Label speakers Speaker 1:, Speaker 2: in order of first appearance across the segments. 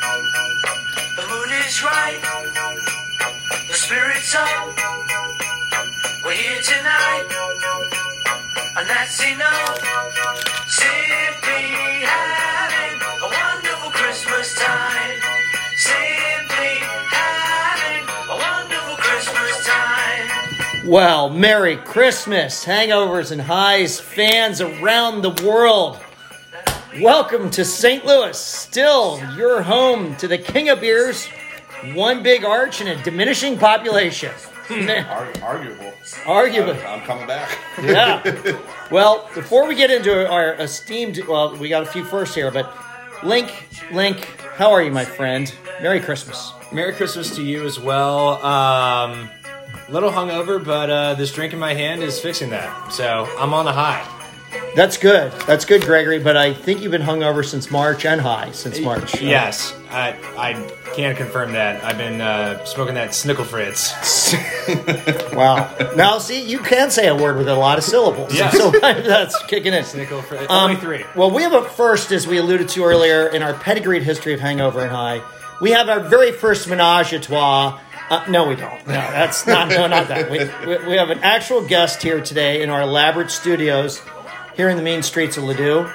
Speaker 1: The moon is right. The spirit's up. We're here tonight. And that's enough. Simply having a wonderful Christmas time. Simply having a wonderful Christmas time.
Speaker 2: Well, Merry Christmas, hangovers and highs, fans around the world. Welcome to St. Louis, still your home to the king of beers, one big arch, and a diminishing population.
Speaker 3: Ar- arguable.
Speaker 2: Arguably.
Speaker 3: I'm coming back.
Speaker 2: Yeah. Well, before we get into our esteemed, well, we got a few first here, but Link, Link, how are you, my friend? Merry Christmas.
Speaker 4: Merry Christmas to you as well. Um, little hungover, but uh, this drink in my hand is fixing that. So I'm on the high.
Speaker 2: That's good. That's good, Gregory. But I think you've been hungover since March and high since March.
Speaker 4: Yes, I I can confirm that. I've been uh, smoking that Snickle Fritz.
Speaker 2: Wow. Now, see, you can say a word with a lot of syllables.
Speaker 4: Yes.
Speaker 2: So that's kicking in.
Speaker 4: Snickle Fritz.
Speaker 2: Um,
Speaker 4: Only three.
Speaker 2: Well, we have a first, as we alluded to earlier, in our pedigreed history of Hangover and High. We have our very first menage a trois. Uh, no, we don't. No, that's not. No, not that. We, we, we have an actual guest here today in our elaborate studios here in the mean streets of Ladue.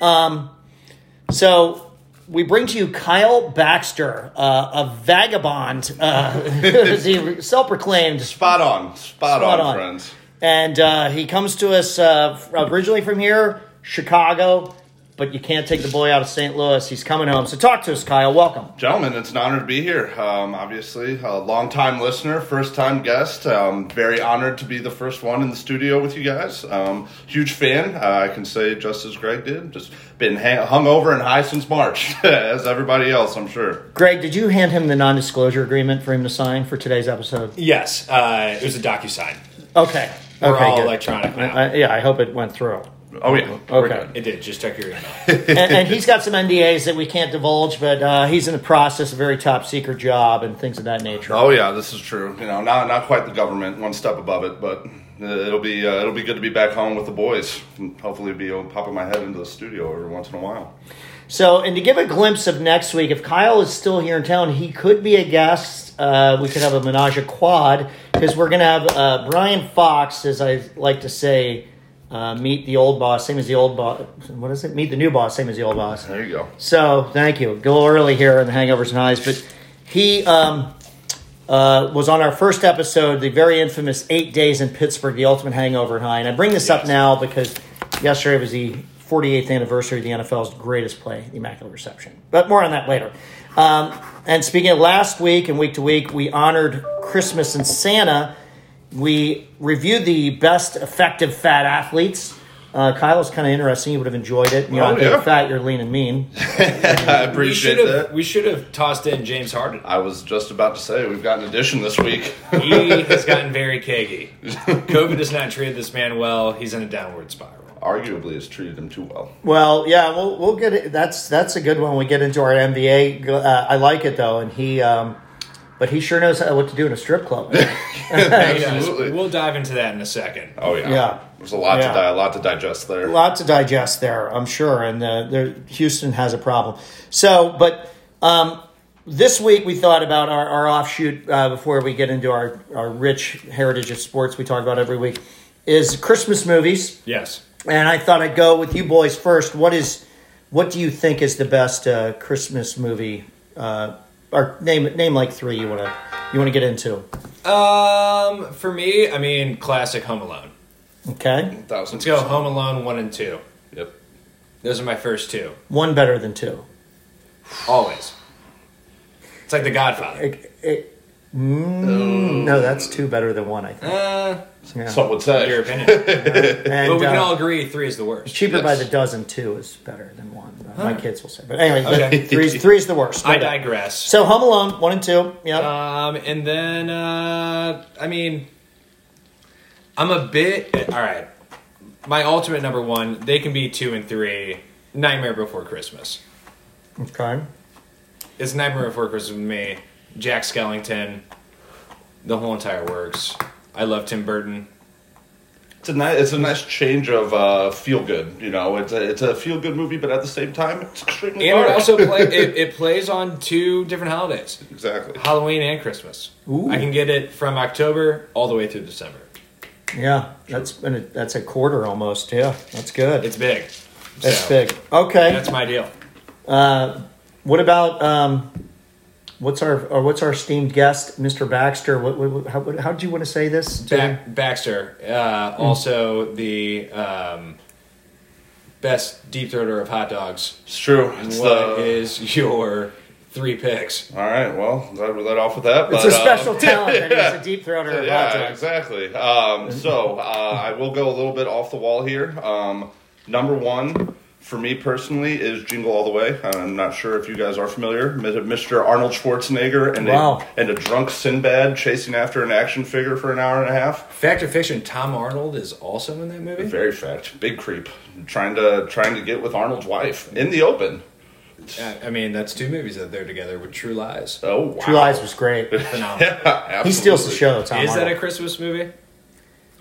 Speaker 2: Um, so we bring to you Kyle Baxter, uh, a vagabond, uh, who's he self-proclaimed
Speaker 3: Spot on. Spot,
Speaker 2: Spot
Speaker 3: on,
Speaker 2: on.
Speaker 3: friends.
Speaker 2: and uh, he comes to us uh, originally from here, Chicago, but you can't take the boy out of St. Louis. He's coming home. So talk to us, Kyle. Welcome.
Speaker 3: Gentlemen, it's an honor to be here. Um, obviously, a longtime listener, first time guest. Um, very honored to be the first one in the studio with you guys. Um, huge fan. Uh, I can say just as Greg did. Just been ha- hungover and high since March, as everybody else, I'm sure.
Speaker 2: Greg, did you hand him the non disclosure agreement for him to sign for today's episode?
Speaker 4: Yes, uh, it was a docu sign.
Speaker 2: Okay.
Speaker 4: We're
Speaker 2: okay,
Speaker 4: all
Speaker 2: good.
Speaker 4: electronic now.
Speaker 2: I, yeah, I hope it went through.
Speaker 3: Oh yeah.
Speaker 4: We're
Speaker 2: Okay.
Speaker 4: good. It did. Just check your email.
Speaker 2: and, and he's got some NDAs that we can't divulge, but uh, he's in the process, a very top secret job and things of that nature.
Speaker 3: Oh yeah, this is true. You know, not not quite the government, one step above it, but uh, it'll be uh, it'll be good to be back home with the boys. And hopefully, be able to pop my head into the studio every once in a while.
Speaker 2: So, and to give a glimpse of next week, if Kyle is still here in town, he could be a guest. Uh, we could have a menage a quad because we're going to have uh, Brian Fox, as I like to say, uh, meet the old boss, same as the old boss. What is it? Meet the new boss, same as the old boss.
Speaker 3: There you go.
Speaker 2: So, thank you. Go early here on the Hangovers and Highs, but he um, uh, was on our first episode, the very infamous Eight Days in Pittsburgh, the Ultimate Hangover and High. And I bring this up now because yesterday was the 48th anniversary of the NFL's greatest play, the Immaculate Reception. But more on that later. Um, and speaking of last week and week to week, we honored Christmas and Santa. We reviewed the best effective fat athletes. Uh, Kyle was kind of interesting. You would have enjoyed it. You're
Speaker 3: Oh,
Speaker 2: not very
Speaker 3: yeah.
Speaker 2: fat, you're lean and mean.
Speaker 3: I
Speaker 4: we
Speaker 3: appreciate
Speaker 4: should have.
Speaker 3: that.
Speaker 4: We should have tossed in James Harden.
Speaker 3: I was just about to say we've got an addition this week.
Speaker 4: He has gotten very cagey. COVID has not treated this man well. He's in a downward spiral.
Speaker 3: Arguably, has treated him too well.
Speaker 2: Well, yeah, we'll we'll get it. That's that's a good one. We get into our MBA. Uh, I like it though, and he, um, but he sure knows how- what to do in a strip club.
Speaker 4: He does.
Speaker 3: Absolutely.
Speaker 4: We'll dive into that in a second.
Speaker 3: Oh yeah.
Speaker 2: Yeah.
Speaker 3: There's a lot
Speaker 2: Yeah.
Speaker 3: to di- a lot to digest there.
Speaker 2: a lot to digest there, I'm sure. And uh, there, Houston has a problem. So, but um, this week we thought about our, our offshoot uh, before we get into our, our rich heritage of sports we talk about every week is Christmas movies.
Speaker 4: Yes.
Speaker 2: And I thought I'd go with you boys first. What is what do you think is the best uh, Christmas movie? Uh, or name name like three you wanna you wanna get into?
Speaker 4: Um, for me, I mean, classic Home Alone.
Speaker 2: Okay,
Speaker 3: Thousand
Speaker 4: Let's go Home Alone one and two.
Speaker 3: Yep.
Speaker 4: Those are my first two.
Speaker 2: one better than two.
Speaker 4: Always. It's like The Godfather.
Speaker 2: It- it- mm, no, that's two better than one. I think.
Speaker 4: Uh,
Speaker 2: Yeah.
Speaker 3: Some would
Speaker 4: in your
Speaker 3: say.
Speaker 4: opinion.
Speaker 2: And,
Speaker 4: but we can
Speaker 2: uh,
Speaker 4: all agree three is the worst.
Speaker 2: cheaper by
Speaker 3: Yes.
Speaker 2: the dozen. Two is better than one. My kids will say, but anyway,
Speaker 4: Okay.
Speaker 2: three's three's the worst.
Speaker 4: I
Speaker 2: Okay.
Speaker 4: digress.
Speaker 2: So Home Alone, one and two. Yeah,
Speaker 4: Um, and then, uh, I mean, I'm a bit. All right. My ultimate number one, they can be two and three. Nightmare Before Christmas.
Speaker 2: Okay.
Speaker 4: It's Nightmare Before Christmas with me, Jack Skellington, the whole entire works. I love Tim Burton.
Speaker 3: It's a nice, it's a nice change of uh, feel good. You know, it's a it's a feel good movie, but at the same time, it's extremely
Speaker 4: And it
Speaker 3: dark.
Speaker 4: also play, it, it plays on two different holidays,
Speaker 3: exactly.
Speaker 4: Halloween and Christmas.
Speaker 2: Ooh.
Speaker 4: I can get it from October all the way through December.
Speaker 2: Yeah, that's been a, that's a quarter almost. Yeah, that's good.
Speaker 4: It's big.
Speaker 2: that's
Speaker 4: So,
Speaker 2: big. Okay.
Speaker 4: That's my deal.
Speaker 2: what about um, what's our or what's our esteemed guest, Mr. Baxter? What, what, what- how, what, how did you want to say this?
Speaker 4: Ba- Baxter, uh, also the um, best deep throater of hot dogs.
Speaker 3: It's true. It's
Speaker 4: What
Speaker 3: the
Speaker 4: is your three picks?
Speaker 3: all right. Well, glad we let off with that.
Speaker 2: It's
Speaker 3: but,
Speaker 2: a special
Speaker 3: uh,
Speaker 2: talent that he's a deep throater of hot
Speaker 3: yeah,
Speaker 2: dogs.
Speaker 3: exactly. Um, so uh, I will go a little bit off the wall here. Um, number one for me personally is Jingle All the Way. I'm not sure if you guys are familiar. Mr. Arnold Schwarzenegger and
Speaker 2: Wow.
Speaker 3: a, and a drunk Sinbad chasing after an action figure for an hour and a half.
Speaker 4: Fact or fiction? Tom Arnold is also in that movie.
Speaker 3: Very fact, big creep, trying to trying to get with Arnold's wife in the open.
Speaker 4: I- I mean, that's two movies that they're together with True Lies.
Speaker 3: Oh wow!
Speaker 2: True Lies was great.
Speaker 4: Phenomenal.
Speaker 3: Yeah,
Speaker 2: He steals the
Speaker 3: absolutely.
Speaker 2: show. Tom
Speaker 4: Is that a
Speaker 2: Arnold.
Speaker 4: Christmas movie?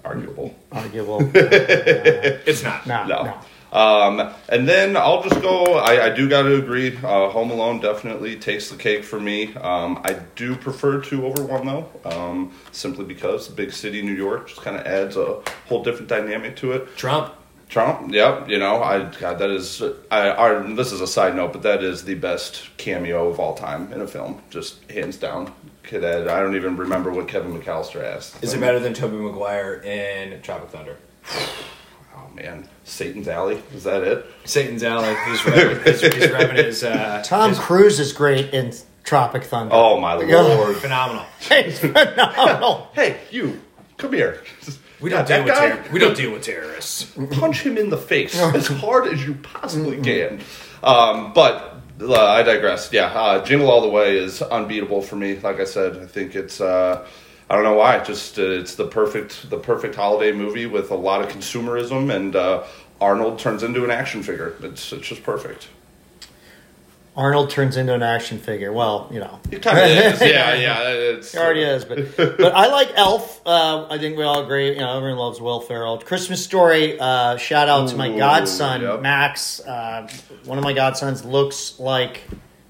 Speaker 3: Arguable.
Speaker 2: arguable?
Speaker 4: It's not.
Speaker 2: no, no.
Speaker 3: No. Um, and then I'll just go. I, I do got to agree. Uh, Home Alone definitely takes the cake for me. Um, I do prefer two over one though, um, simply because the big city New York just kind of adds a whole different dynamic to it.
Speaker 4: Trump.
Speaker 3: Trump, yep, you know, I God, that is. I, I this is a side note, but that is the best cameo of all time in a film, just hands down. Kid Ed, I don't even remember what Kevin McAllister asked.
Speaker 4: Is it better than Toby Maguire in Tropic Thunder?
Speaker 3: Oh man, Satan's Alley is that it?
Speaker 4: Satan's Alley. He's rubbing he's, he's rubbing his. Uh,
Speaker 2: Tom Cruise is great in Tropic Thunder.
Speaker 3: Oh my
Speaker 2: Yeah.
Speaker 3: lord.
Speaker 4: phenomenal.
Speaker 2: He's phenomenal.
Speaker 3: Hey, you, come here.
Speaker 4: We don't
Speaker 3: Yeah,
Speaker 4: deal with
Speaker 3: that
Speaker 4: terror- we don't deal with terrorists.
Speaker 3: guy, punch him in the face as hard as you possibly can. Um, but uh, I digress. Yeah, uh, Jingle All the Way is unbeatable for me. Like I said, I think it's. Uh, I don't know why. Just uh, it's the perfect the perfect holiday movie with a lot of consumerism and uh, Arnold turns into an action figure. It's it's just perfect.
Speaker 2: Arnold turns into an action figure. Well, you know.
Speaker 3: It kind of is. Yeah, yeah. It's uh,
Speaker 2: It already is, but but I like Elf. Uh, I think we all agree. You know, everyone loves Will Ferrell. Christmas Story. Uh, shout out to my
Speaker 3: Ooh,
Speaker 2: godson
Speaker 3: yep.
Speaker 2: Max. Uh, one of my godsons looks like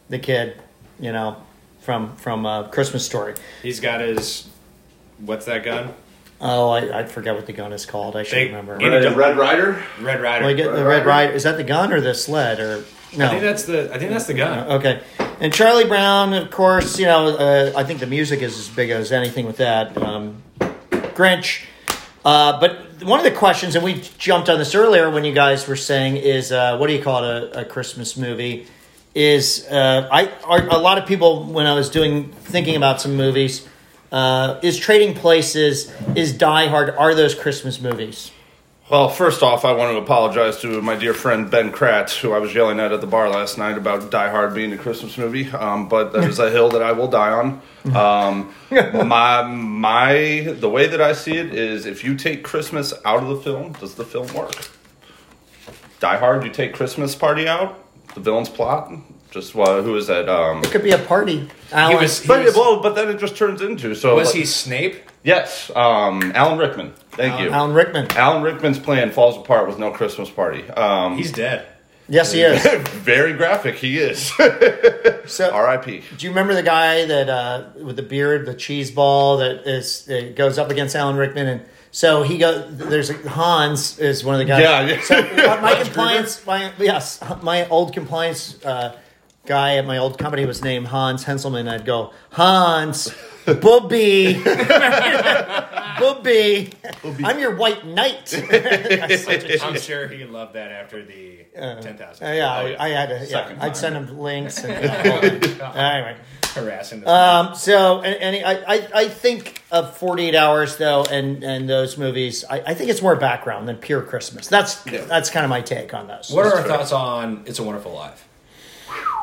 Speaker 2: the kid. You know, from from uh, Christmas Story.
Speaker 4: He's got his. What's that gun?
Speaker 2: Oh, I, I forget what the gun is called. I should
Speaker 4: They-
Speaker 2: remember.
Speaker 4: it-
Speaker 3: Red, Red Rider.
Speaker 4: Red Rider.
Speaker 2: Well, I get the
Speaker 3: Red
Speaker 2: red
Speaker 3: Rider.
Speaker 2: ride. Is that the gun or the sled or no?
Speaker 4: I think that's the. I think that's the gun.
Speaker 2: Okay. And Charlie Brown, of course, you know, uh, I think the music is as big as anything with that. Um, Grinch. Uh, but one of the questions, and we jumped on this earlier when you guys were saying, is uh, what do you call it, a, a Christmas movie? Is uh, I are, a lot of people when I was doing thinking about some movies, uh, is Trading Places, is Die Hard, are those Christmas movies?
Speaker 3: Well, first off, I want to apologize to my dear friend Ben Kratz, who I was yelling at at the bar last night about Die Hard being a Christmas movie. Um, but that is a hill that I will die on. Um, my my the way that I see it is, if you take Christmas out of the film, does the film work? Die Hard, you take Christmas party out, the villain's plot. Just uh, who is that? Um,
Speaker 2: Could be a party. Alan.
Speaker 4: was-
Speaker 3: but
Speaker 4: He's-
Speaker 3: well, but then it just turns into so.
Speaker 4: Was
Speaker 3: like-
Speaker 4: he Snape?
Speaker 3: Yes, um, Alan Rickman. Thank you.
Speaker 2: Alan Rickman.
Speaker 3: Alan Rickman's plan falls apart with no Christmas party. Um,
Speaker 4: He's dead.
Speaker 2: Yes, he is.
Speaker 3: very graphic. He is.
Speaker 2: So,
Speaker 3: R.I.P.
Speaker 2: Do you remember the guy that uh, with the beard, the cheese ball that is that goes up against Alan Rickman, and so he goes. There's a, Hans is one of the guys.
Speaker 3: Yeah, yeah.
Speaker 2: So my- my compliance, my yes, my old compliance uh, guy at my old company was named Hans Henselman. I'd go Hans. Booby, Booby, I'm your white knight. Uh, That's such a-
Speaker 4: I'm sure he loved that after the ten thousand.
Speaker 2: Uh, yeah,
Speaker 3: Oh, yeah.
Speaker 2: I, I had to. Yeah,
Speaker 3: Second time.
Speaker 2: I'd send him links. And, yeah, all that. anyway,
Speaker 4: harassing. This
Speaker 2: Um, so, and, and I, I, I think of 48 Hours, though, and, and those movies, I, I think it's more background than pure Christmas. That's
Speaker 3: Yeah.
Speaker 2: that's kind of my take on those.
Speaker 4: what are our thoughts on It's a Wonderful Life?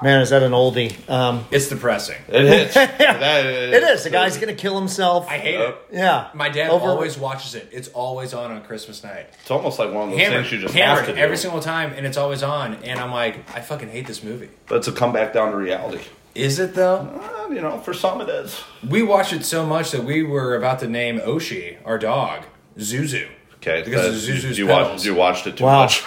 Speaker 2: Man, is that an oldie? Um,
Speaker 4: It's depressing.
Speaker 3: It hits. That
Speaker 2: it is. The guy's gonna kill himself.
Speaker 4: I hate
Speaker 3: Yep.
Speaker 4: it.
Speaker 2: yeah.
Speaker 4: My dad
Speaker 2: Over-
Speaker 4: always watches it. It's always on on Christmas night.
Speaker 3: It's almost like one of those
Speaker 4: Hammered,
Speaker 3: things you just have
Speaker 4: hammered
Speaker 3: to do.
Speaker 4: every single time, and it's always on. And I'm like, I fucking hate this movie.
Speaker 3: but it's a comeback down to reality.
Speaker 4: Is it though?
Speaker 3: Uh, you know, for some it is.
Speaker 4: We watched it so much that we were about to name Oshi, our dog, Zuzu.
Speaker 3: Okay,
Speaker 4: Because
Speaker 3: that-
Speaker 4: of Zuzu's
Speaker 3: you
Speaker 4: pedals.
Speaker 3: watched you watched it too
Speaker 2: Wow.
Speaker 3: much.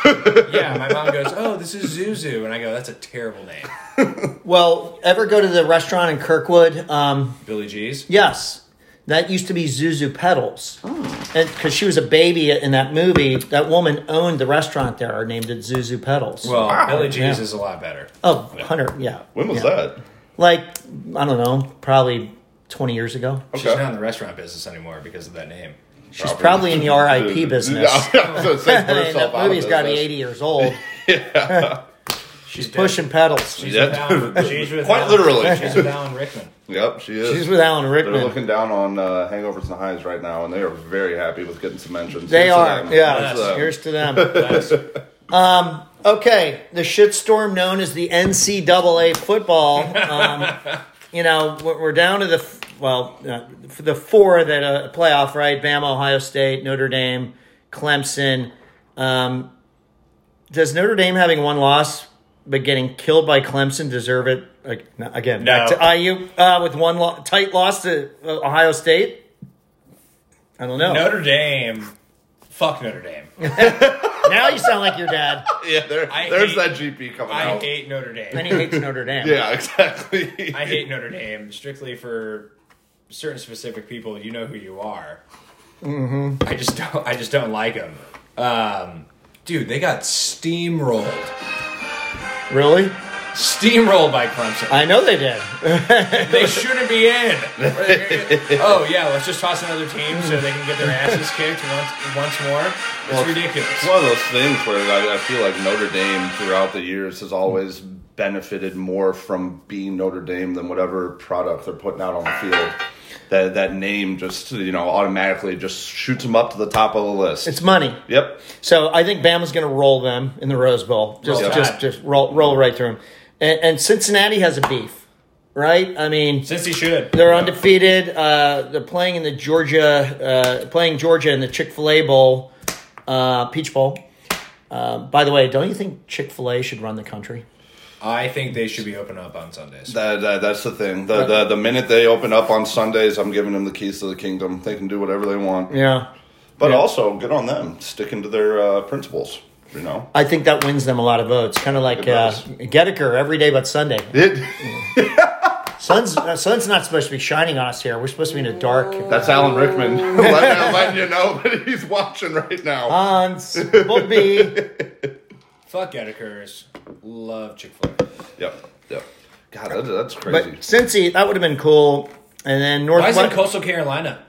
Speaker 4: Yeah, my mom goes, "Oh, this is Zuzu," and I go, "That's a terrible name."
Speaker 2: Well, ever go to the restaurant in Kirkwood? Um,
Speaker 4: Billy G's.
Speaker 2: Yes, that used to be Zuzu Petals,
Speaker 3: Oh.
Speaker 2: and because she was a baby in that movie, that woman owned the restaurant there or named it Zuzu Petals.
Speaker 4: Well, Billy G's
Speaker 2: Yeah.
Speaker 4: is a lot better.
Speaker 2: oh, hundred, yeah.
Speaker 3: when was
Speaker 2: yeah.
Speaker 3: that?
Speaker 2: Like I don't know, probably twenty years ago.
Speaker 4: She's not in the restaurant business anymore because of that name.
Speaker 2: She's probably in the RIP business.
Speaker 3: Yeah, I was gonna say, put
Speaker 2: I mean,
Speaker 3: herself
Speaker 2: that
Speaker 3: out of
Speaker 2: movie's got to be
Speaker 3: business.
Speaker 2: eighty years old.
Speaker 4: She's
Speaker 2: Pushing pedals.
Speaker 4: She's,
Speaker 3: Yeah.
Speaker 4: with Alan, she's with
Speaker 3: Quite
Speaker 4: Alan-
Speaker 3: literally.
Speaker 4: She's with Alan Rickman.
Speaker 3: Yep, she is.
Speaker 2: She's with Alan
Speaker 3: They're
Speaker 2: Rickman.
Speaker 3: looking down on uh, hangovers and highs right now, and they are very happy with getting some mentions.
Speaker 2: They
Speaker 3: Here's to
Speaker 2: are.
Speaker 3: them. uh,
Speaker 2: Yeah.
Speaker 3: Here's to them.
Speaker 2: Here's to them.
Speaker 4: That's-
Speaker 2: Okay. The shitstorm known as the NCAA football. Um, you know, we're we're down to the, f- well, uh, f- the four that uh, playoff, right? Bama, Ohio State, Notre Dame, Clemson. Um, does Notre Dame having one loss but getting killed by Clemson deserve it? Like, no, Again, back
Speaker 4: No.
Speaker 2: to IU uh, with one lo- tight loss to uh, Ohio State? I don't know.
Speaker 4: Notre Dame. Fuck Notre Dame.
Speaker 2: now you sound like your dad.
Speaker 3: Yeah, there-
Speaker 4: I
Speaker 3: there's
Speaker 4: hate-
Speaker 3: that GP coming
Speaker 4: I
Speaker 3: out.
Speaker 4: hate Notre
Speaker 2: And
Speaker 4: Dame.
Speaker 2: he hates Notre Dame.
Speaker 3: yeah, exactly.
Speaker 4: I hate Notre Dame strictly for certain specific people. You know who you are. Mm-hmm. I just don't. I just don't like them. Um, dude, they got steamrolled,
Speaker 2: Really?
Speaker 4: steamrolled by Clemson.
Speaker 2: I know they did.
Speaker 4: They shouldn't be in. oh yeah, let's just toss another team so they can get their asses kicked once once more. It's
Speaker 3: Well,
Speaker 4: ridiculous.
Speaker 3: It's one of those things where I, I feel like Notre Dame throughout the years has always benefited more from being Notre Dame than whatever product they're putting out on the field. That that name just you know automatically just shoots them up to the top of the list.
Speaker 2: It's money.
Speaker 3: yep.
Speaker 2: So I think Bama's going to roll them in the Rose Bowl. Just,
Speaker 4: Roll
Speaker 2: just,
Speaker 4: Tide.
Speaker 2: just roll, roll right through them. And, and Cincinnati has a beef, right? I mean,
Speaker 4: Since he should.
Speaker 2: they're undefeated. Uh, they're playing in the Georgia, uh, playing Georgia in the Chick Fil A Bowl, uh, Peach Bowl. Uh, by the way, don't you think Chick Fil A should run the country?
Speaker 4: I think they should be open up on Sundays.
Speaker 3: That, that that's the thing. The, the the minute they open up on Sundays, I'm giving them the keys to the kingdom. They can do whatever they want.
Speaker 2: Yeah,
Speaker 3: But
Speaker 2: Yeah.
Speaker 3: also, good on them sticking to their uh, principles. You know.
Speaker 2: I think that wins them a lot of votes. Kind of like
Speaker 3: It
Speaker 2: uh,
Speaker 3: does.
Speaker 2: Gedeker every day but Sunday.
Speaker 3: It,
Speaker 2: Sun's uh, sun's not supposed to be shining on us here. We're supposed to be in the dark.
Speaker 3: that's Alan Rickman. letting, letting you know that he's watching right now.
Speaker 2: Hans will be.
Speaker 4: Fuck Edekers. Love Chick Fil A.
Speaker 3: Yep. Yep. God, that, that's
Speaker 2: But
Speaker 3: crazy.
Speaker 2: Cincy, that would have been cool. And then
Speaker 4: Why is it
Speaker 2: Northwest.
Speaker 4: Coastal Carolina?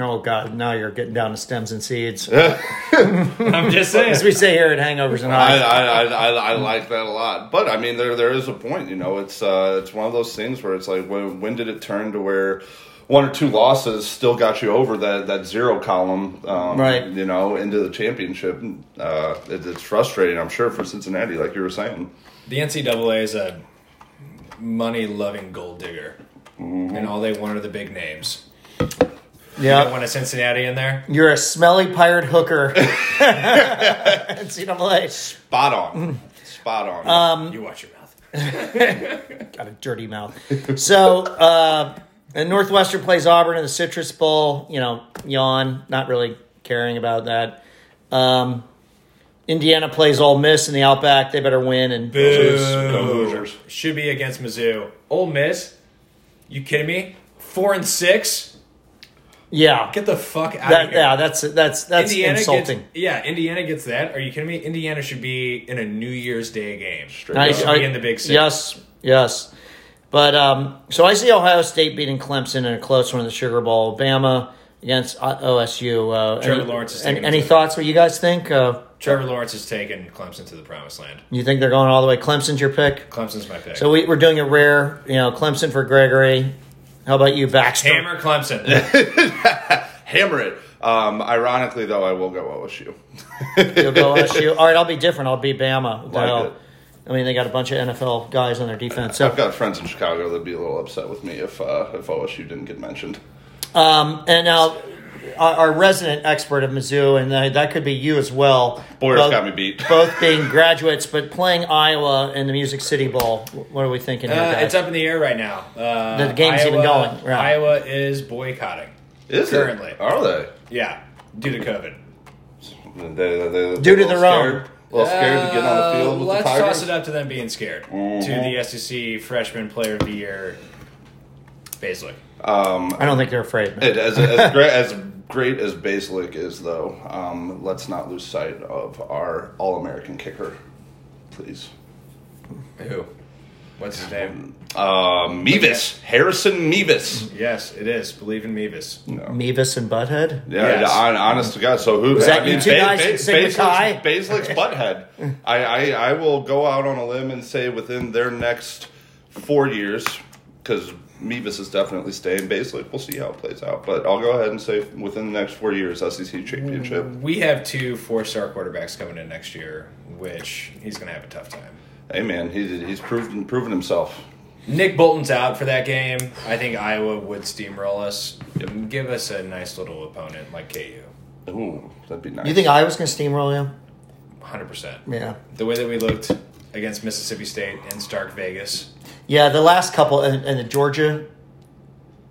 Speaker 2: oh God, now you're getting down to stems and seeds. As
Speaker 4: I'm just saying.
Speaker 2: we say here at Hangovers and I.
Speaker 3: I, I, I, I, I like that a lot. But I mean, there there is a point. You know, it's uh, it's one of those things where it's like, when, when did it turn to where one or two losses still got you over that, that zero column, um,
Speaker 2: Right.
Speaker 3: You know, into the championship. Uh, it, it's frustrating, I'm sure, for Cincinnati, like you were saying.
Speaker 4: The NCAA is a money loving gold digger.
Speaker 2: Mm-hmm.
Speaker 4: And all they want are the big names. I
Speaker 2: Yeah,
Speaker 4: want a Cincinnati in there.
Speaker 2: you're a smelly pirate hooker. NCAA
Speaker 3: Spot
Speaker 2: Mm.
Speaker 3: on. Spot on.
Speaker 2: Uh,
Speaker 4: You watch your mouth.
Speaker 2: got a dirty mouth. So, uh, and Northwestern plays Auburn in the Citrus Bowl. You know, yawn. Not really caring about that. Um, Indiana plays Ole Miss in the Outback. They better win and
Speaker 3: Hoosiers.
Speaker 4: Boo.
Speaker 3: Go Hoosiers.
Speaker 4: Should be against Mizzou. Ole Miss? You kidding me? Four and six?
Speaker 2: yeah.
Speaker 4: Get the fuck out of
Speaker 2: That,
Speaker 4: here.
Speaker 2: yeah, that's that's that's
Speaker 4: Indiana
Speaker 2: insulting.
Speaker 4: Gets, yeah, Indiana gets that. Are you kidding me? Indiana should be in a New Year's Day game.
Speaker 3: Straight
Speaker 2: I-
Speaker 3: up.
Speaker 4: should
Speaker 2: I-
Speaker 4: be in the Big Six.
Speaker 2: Yes, yes. But um, so I see Ohio State beating Clemson in a close one in the Sugar Bowl. Bama against I- OSU. Uh,
Speaker 4: Trevor
Speaker 2: any,
Speaker 4: Lawrence is
Speaker 2: an-
Speaker 4: taking
Speaker 2: Any,
Speaker 4: it.
Speaker 2: thoughts? What you guys think? Uh,
Speaker 4: Trevor Lawrence has taken Clemson to the promised land.
Speaker 2: you think they're going all the way? Clemson's your pick.
Speaker 4: Clemson's my pick.
Speaker 2: So we, we're doing a rare, you know, Clemson for Gregory. How about you, Baxter?
Speaker 4: Hammer Clemson.
Speaker 3: Hammer it. Um, ironically, though, I will go OSU.
Speaker 2: You'll go OSU. All right, I'll be different. I'll be Bama. What the
Speaker 3: Like
Speaker 2: hell?
Speaker 3: it.
Speaker 2: I mean, they got a bunch of NFL guys on their defense. So
Speaker 4: Uh,
Speaker 3: I've got friends in Chicago that'd be a little upset with me if uh, if OSU didn't get mentioned.
Speaker 2: And now, our, our resident expert of Mizzou, and uh, that could be you as well.
Speaker 3: Boyer's
Speaker 2: both,
Speaker 3: got me beat.
Speaker 2: both being graduates, but playing Iowa in the Music City Bowl. What are we thinking here,
Speaker 4: Uh,
Speaker 2: guys?
Speaker 4: it's up in the air right now. Uh,
Speaker 2: The game's even
Speaker 4: Iowa-
Speaker 2: going, right.
Speaker 4: Iowa is boycotting.
Speaker 3: Is
Speaker 4: Currently.
Speaker 3: it? Are they?
Speaker 4: Yeah, due to COVID.
Speaker 3: They, they,
Speaker 2: Due
Speaker 3: they,
Speaker 2: to
Speaker 3: they're a little
Speaker 2: their own.
Speaker 3: scared- A little scared to get on the field with the
Speaker 4: Uh, let's
Speaker 3: Tigers. Mm-hmm.
Speaker 4: toss it up to them being scared to the SEC Freshman Player of the Year, Basler.
Speaker 2: I don't think they're afraid.
Speaker 3: It, as, as, great, as great as Basilick is, though, um, let's not lose sight of our All American kicker, please.
Speaker 4: Who? What's his name?
Speaker 3: Uh, Mevis. Harrison Mevis.
Speaker 4: Yes, it is. Believe in Mevis.
Speaker 2: Mevis and Butthead.
Speaker 3: Yeah,
Speaker 4: Yes.
Speaker 3: hon- honest to God. So who?
Speaker 2: that you two guys that sing with Kai?
Speaker 3: Basilick's butthead. I, I I will go out on a limb and say within their next four years, because Mevis is definitely staying. Basilick, we'll see how it plays out. But I'll go ahead and say within the next four years, SEC championship.
Speaker 2: Mm.
Speaker 4: We have two four-star quarterbacks coming in next year, which he's going to have a tough time.
Speaker 3: Hey man, he's he's proven proven himself.
Speaker 4: Nick Bolton's out for that game. I think Iowa would steamroll us.
Speaker 3: Yep.
Speaker 4: Give us a nice little opponent like KU.
Speaker 3: Ooh, that'd be nice.
Speaker 2: You think Iowa's going to steamroll him?
Speaker 4: 100%.
Speaker 2: Yeah.
Speaker 4: The way that we looked against Mississippi State in Stark Vegas
Speaker 2: Yeah, the last couple, and, and the Georgia.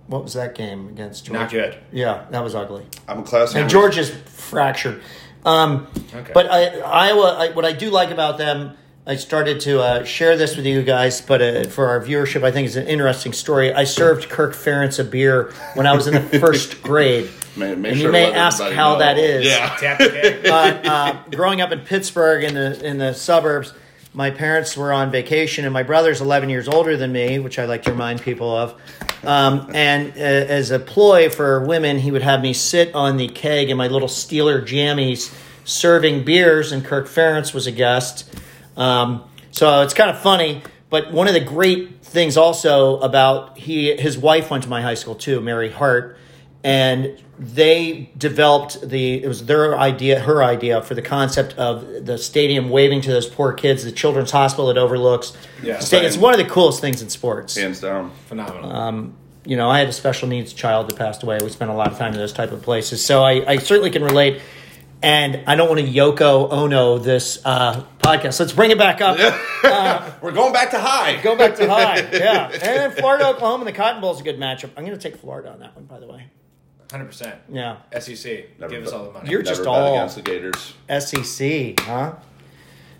Speaker 2: What was that game against Georgia?
Speaker 4: Not good.
Speaker 2: Yeah, that was ugly.
Speaker 3: I'm a class.
Speaker 2: And Georgia's fractured. Um,
Speaker 4: Okay.
Speaker 2: But I, Iowa, I, what I do like about them, I started to uh, share this with you guys, but uh, for our viewership, I think it's an interesting story. I served Kirk Ferentz a beer when I was in the first grade.
Speaker 3: May- make
Speaker 2: and you
Speaker 3: sure to
Speaker 2: may
Speaker 3: let
Speaker 2: ask
Speaker 3: everybody
Speaker 2: how
Speaker 3: know.
Speaker 2: that is.
Speaker 3: Yeah.
Speaker 4: Tap the game.
Speaker 2: But uh, growing up in Pittsburgh in the in the suburbs, my parents were on vacation, and my brother's 11 years older than me, which I like to remind people of. Um, and uh, as a ploy for women, he would have me sit on the keg in my little Steeler jammies, serving beers, and Kirk Ferentz was a guest. Um, so it's kind of funny. But one of the great things also about he his wife went to my high school too, Mary Hart, and they developed the it was their idea her idea for the concept of the stadium waving to those poor kids, the children's hospital it overlooks.
Speaker 4: Yeah.
Speaker 2: Sta- it's one of the coolest things in sports.
Speaker 3: Hands down.
Speaker 4: Phenomenal.
Speaker 2: um, You know, I had a special needs child that passed away. We spent a lot of time in those type of places, so I, I certainly can relate. And I don't want to Yoko Ono this uh, podcast. Let's bring it back up.
Speaker 3: We're going back to high.
Speaker 2: Go back to high. Yeah. And then Florida, Oklahoma, and the Cotton Bowl is a good matchup. I'm going to take Florida on that one, by the way.
Speaker 4: 100%.
Speaker 2: Yeah.
Speaker 4: SEC,
Speaker 3: Never
Speaker 4: E give us
Speaker 3: bet.
Speaker 4: all the money.
Speaker 2: You're
Speaker 3: Never
Speaker 2: just
Speaker 3: bet
Speaker 2: all-
Speaker 3: against the Gators.
Speaker 2: SEC, E huh?